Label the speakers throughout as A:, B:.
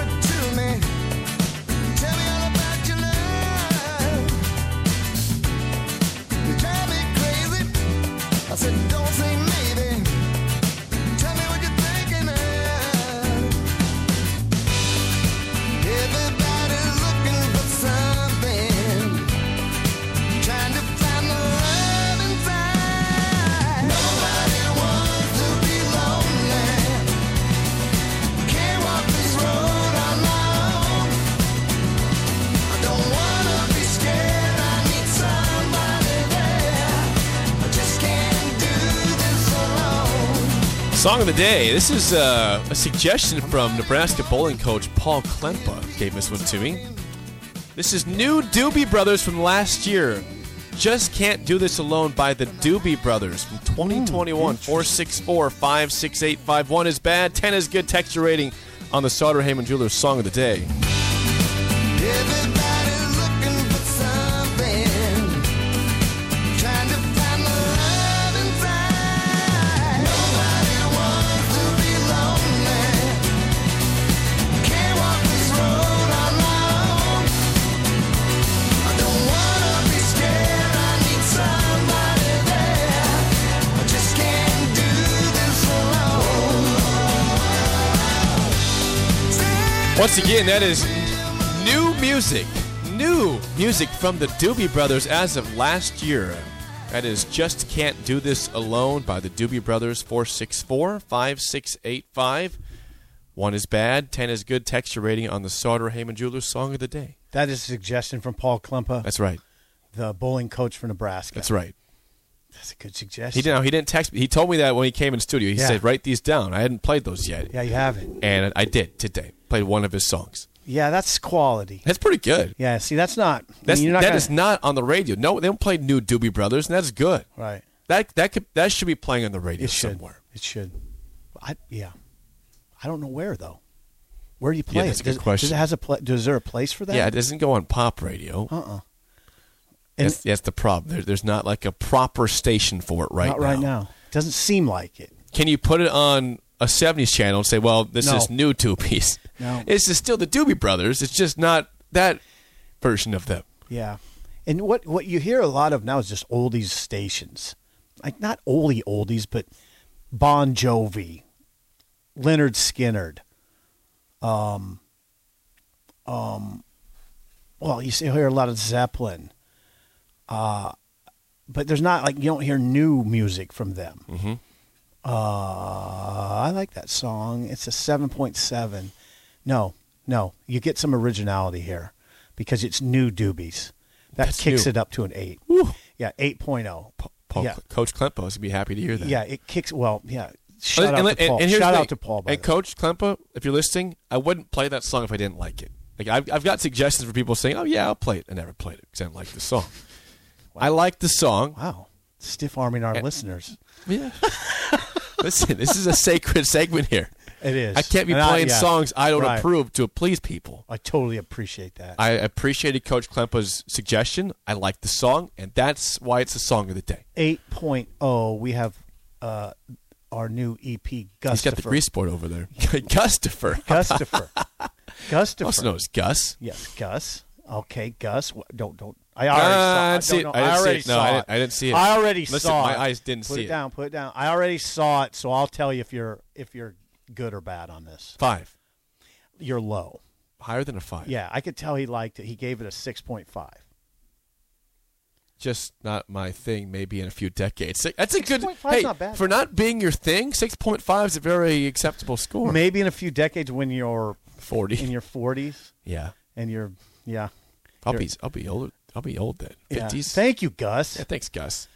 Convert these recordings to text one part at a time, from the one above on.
A: to me, tell me all about your love. You drive me crazy. I said, don't say maybe. Tell me what you're thinking of. Everybody's looking for something, trying to find the love inside. Nobody wants to be lonely. Can't walk this road on my own. I don't wanna be scared. I need somebody there. I just can't do this alone.
B: Song of the day. This is uh, a suggestion from Nebraska bowling coach Paul Klempa. Gave this one to me. This is New Doobie Brothers from last year. Just Can't Do This Alone by the Doobie Brothers from 2021. 464 568 51 is bad. 10 is good. Texture rating on the Sauter Heyman Jewelers Song of the Day.
A: Everybody's looking for something, trying to find the love inside. Nobody wants to be lonely. Can't walk this road on my own. I don't wanna be scared. I need somebody there. I just can't do this alone.
B: Once again, that is new music. New music from the Doobie Brothers as of last year. That is Just Can't Do This Alone by the Doobie Brothers 464 5685. One is bad, 10 is good. Texture rating on the Sauter Heyman Jewelers Song of the Day.
C: That is a suggestion from Paul Klumpa,
B: That's right.
C: the bowling coach for Nebraska.
B: That's right.
C: That's a good suggestion.
B: He didn't, he didn't text me. He told me that when he came in studio. He
C: Yeah.
B: said, Write these down. I hadn't played those yet.
C: Yeah, you have it.
B: And I did today. Played one of his songs.
C: Yeah, that's quality.
B: That's pretty good.
C: Yeah, see, that's not. I mean,
B: That's, that
C: you're
B: is
C: not
B: not
C: gonna-
B: on the radio. No, they don't play new Doobie Brothers, and that's good.
C: right.
B: That that could that should be playing on the radio
C: It should.
B: somewhere.
C: It should. I yeah. I don't know where though. Where do you play
B: that's
C: it?
B: a good
C: does,
B: question.
C: Does it has a pla does there a place for that?
B: Yeah, it doesn't go on pop radio.
C: Uh uh
B: That's, that's the problem. There, there's not like a proper station for it right
C: Not
B: now.
C: right now. Doesn't seem like it.
B: Can you put it on a '70s channel and say, "Well, this
C: No.
B: is new Doobies"?
C: No.
B: it's just still the Doobie Brothers. It's just not that version of them.
C: Yeah. And what what you hear a lot of now is just oldies stations. Like not oldie oldies, but Bon Jovi, Leonard Skinnard. Um um well, you see you hear a lot of Zeppelin. Uh but there's not like you don't hear new music from them. Mm-hmm. Uh I like that song. It's a 7.7. No, no. You get some originality here because it's new doobies. That
B: That's
C: kicks
B: new.
C: it up to an 8. Yeah, 8.0.
B: Paul,
C: yeah.
B: Coach Klempo is gonna be happy to hear that.
C: Yeah, it kicks well, yeah.
B: And-
C: Shout out
B: and-
C: to
B: and-
C: Paul.
B: and here's
C: Shout
B: the
C: out
B: thing.
C: to Paul. by
B: And
C: the way.
B: Coach Klempa, if you're listening, I wouldn't play that song if I didn't like it. Like I've, I've got suggestions for people saying, "Oh yeah, I'll play it." I never played it because I didn't like the song. I like the song.
C: Wow. Stiff arming our listeners.
B: Yeah. Listen, this is a sacred segment here.
C: It is.
B: I can't be
C: And I-
B: playing
C: yeah.
B: songs I don't
C: Right.
B: approve to please people.
C: I totally appreciate that.
B: I appreciated Coach Klempa's suggestion. I like the song, and that's why it's the song of the day.
C: 8.0, oh, we have uh, our new EP, Gustifer.
B: He's got the grease board over there. Gustifer.
C: Gustifer. Gustifer.
B: Also known as Gus.
C: Yes, Gus. Okay, Gus. Wh- Don't don't. I
B: Uh,
C: already
B: I
C: saw.
B: didn't see
C: I,
B: it.
C: don't know.
B: I didn't see
C: already
B: it. No,
C: saw
B: I didn't-
C: it.
B: I didn't see it.
C: I already
B: Listen,
C: saw.
B: my
C: it.
B: eyes didn't
C: put
B: see
C: it
B: it.
C: down. Put it down. I already saw it, so I'll tell you if you're if you're good or bad on this.
B: Five.
C: You're low.
B: Higher than a five.
C: Yeah, I could tell he liked it. He gave it a six point five.
B: just not my thing. Maybe in a few decades, Si- that's a good.
C: 6.5 is
B: Hey,
C: not bad.
B: for not being your thing, six point five is a very acceptable score.
C: Maybe in a few decades when you're
B: Forty.
C: in your forties
B: yeah,
C: and you're yeah.
B: I'll
C: You're-
B: be I'll be old. I'll be old then.
C: yeah.
B: Fifties.
C: Thank you, Gus.
B: Yeah, thanks, Gus.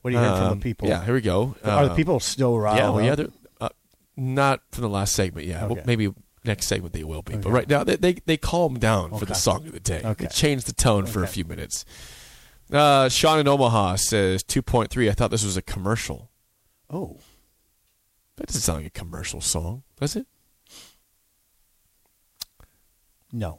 C: What do you hear from
B: Um,
C: the people?
B: Yeah, here we go.
C: Are the
B: Um,
C: people still riled
B: Yeah, well, yeah,
C: up?
B: they're, uh, not from the last segment. Yeah, well,
C: Okay.
B: maybe next segment they will be. But right now they they, they calm down for
C: Okay.
B: the song of the day.
C: Okay.
B: They change the tone for a
C: Okay.
B: few minutes. Uh, Sean in Omaha says 2.3. I thought this was a commercial.
C: Oh,
B: That doesn't sound like a commercial song, does it?
C: no.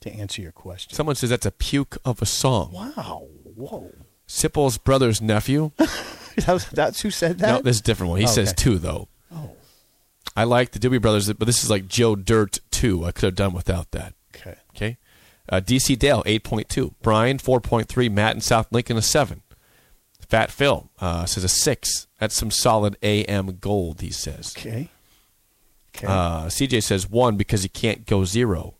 C: To answer your question.
B: Someone says that's a puke of a song.
C: Wow. Whoa.
B: Sipple's brother's nephew.
C: That was- That's who said that?
B: no, this is a different one. He
C: Oh,
B: says
C: okay.
B: two though.
C: oh,
B: I like the Doobie Brothers, but this is like Joe Dirt two. I could have done without that.
C: okay.
B: Okay. Uh, DC Dale, 8.2. Brian, 4.3. Matt in South Lincoln, a 7. Fat Phil uh, says a 6. That's some solid AM gold, he says.
C: Okay. Okay.
B: Uh, CJ says 1 because he can't go 0.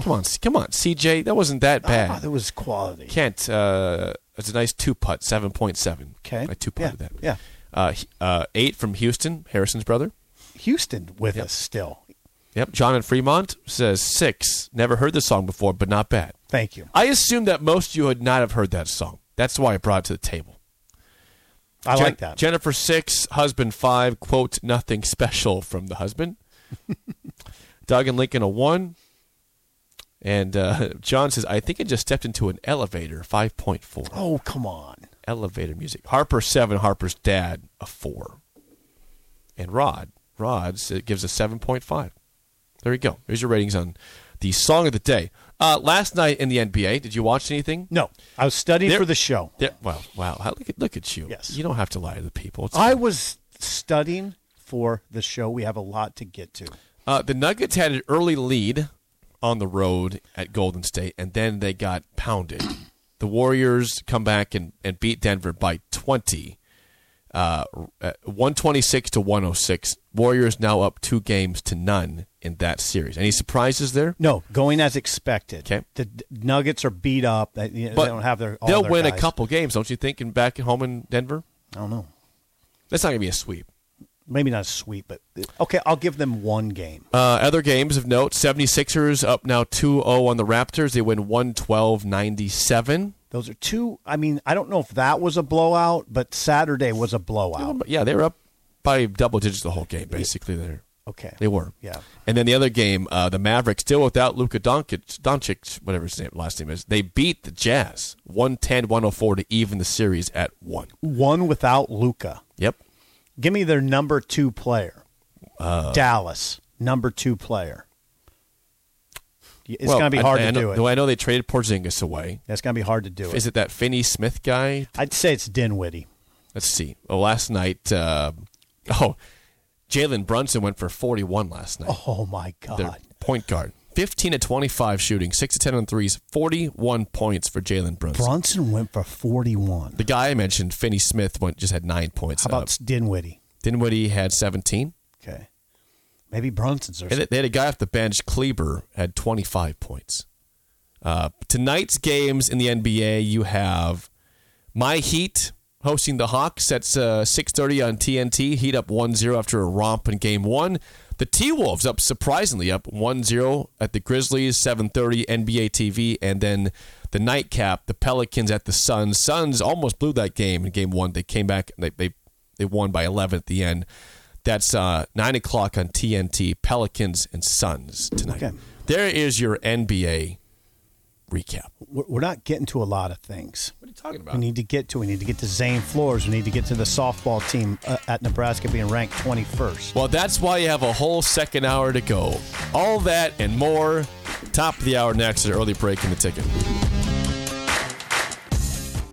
B: Come on, come on, CJ. That wasn't that bad.
C: Ah, that was quality.
B: Kent, uh, it's a nice two putt, 7.7.
C: Okay.
B: I two
C: yeah.
B: putted that.
C: Yeah.
B: Uh, he- uh, 8 from Houston, Harrison's brother.
C: Houston with us still.
B: Yep. John in Fremont says 6. Never heard the song before, but not bad.
C: Thank you.
B: I assume that most of you would not have heard that song. That's why I brought it to the table.
C: I
B: Jen-
C: like that.
B: Jennifer six, husband five, quote, nothing special from the husband. Doug and Lincoln a one. And uh, John says, I think I just stepped into an elevator, 5.4.
C: oh, come on.
B: Elevator music. Harper seven, Harper's dad a four. And Rod, Rod s- gives a 7.5. There you go. There's your ratings on the song of the day. Uh, last night in the NBA, did you watch anything?
C: No, I was studying
B: There-
C: for the show.
B: Yeah, well, wow. How- Look at, look at you.
C: Yes.
B: You don't have to lie to the people. It's
C: I
B: fine.
C: was studying for the show. We have a lot to get to.
B: uh, the Nuggets had an early lead on the road at Golden State, and then they got pounded. the Warriors come back and, and beat Denver by 20, uh, uh, 126 to 106. Warriors now up two games to none in that series. Any surprises there?
C: No, going as expected.
B: Okay.
C: The D- Nuggets are beat up. They, you know, they don't have their. All
B: they'll
C: their
B: win a
C: guys.
B: couple games, don't you think? And back at home in Denver,
C: I don't know.
B: that's not gonna be a sweep.
C: Maybe not a sweep, but okay, I'll give them one game.
B: Uh, other games of note 76ers up now 2 0 on the Raptors. They win 112 97.
C: Those are two. I mean, I don't know if that was a blowout, but Saturday was a blowout.
B: Yeah, they were up by double digits the whole game, basically. They're,
C: Okay.
B: they were.
C: Yeah.
B: And then the other game, uh, the Mavericks, still without Luka Doncic, Doncic, whatever his name, last name is, they beat the Jazz 110 104 to even the series at 1.
C: One without Luca.
B: Yep.
C: Give me their number two player. Uh. Dallas, number two player. It's
B: Well,
C: going to be
B: I-
C: hard
B: I,
C: to
B: know,
C: do it.
B: though I know they traded Porzingis away.
C: That's going to be hard to do it.
B: Is it that Finney Smith guy?
C: I'd say it's Dinwiddie.
B: Let's see. Oh, last night. Uh, oh, Jalen Brunson went for 41 last night.
C: Oh my God!
B: Their point guard. 15 to 25 shooting, 6 to 10 on threes, 41 points for Jalen Brunson.
C: Brunson went for forty-one.
B: the guy I mentioned, Finney Smith, went, just had nine points.
C: How about
B: Uh,
C: Dinwiddie?
B: Dinwiddie had 17.
C: Okay, maybe Brunson's or
B: And they had a guy off the bench, Kleber, had 25 points. Uh, tonight's games in the NBA, you have my Heat hosting the Hawks. That's uh, 6.30 on TNT. Heat up 1-0 after a romp in game one. The T-Wolves up surprisingly up 1-0 at the Grizzlies, 7.30 NBA TV. And then the nightcap, the Pelicans at the Suns. Suns almost blew that game in game one. They came back. and They, they, they won by 11 at the end. That's uh, 9 o'clock on TNT, Pelicans and Suns tonight.
C: Okay.
B: There is your NBA recap.
C: we're, we're not getting to a lot of things.
B: What are you talking about?
C: We need to get to. We need to get to Zane Floors. We need to get to the softball team uh, at Nebraska being ranked twenty-first.
B: Well, that's why you have a whole second hour to go. All that and more. Top of the hour next at early break in the ticket.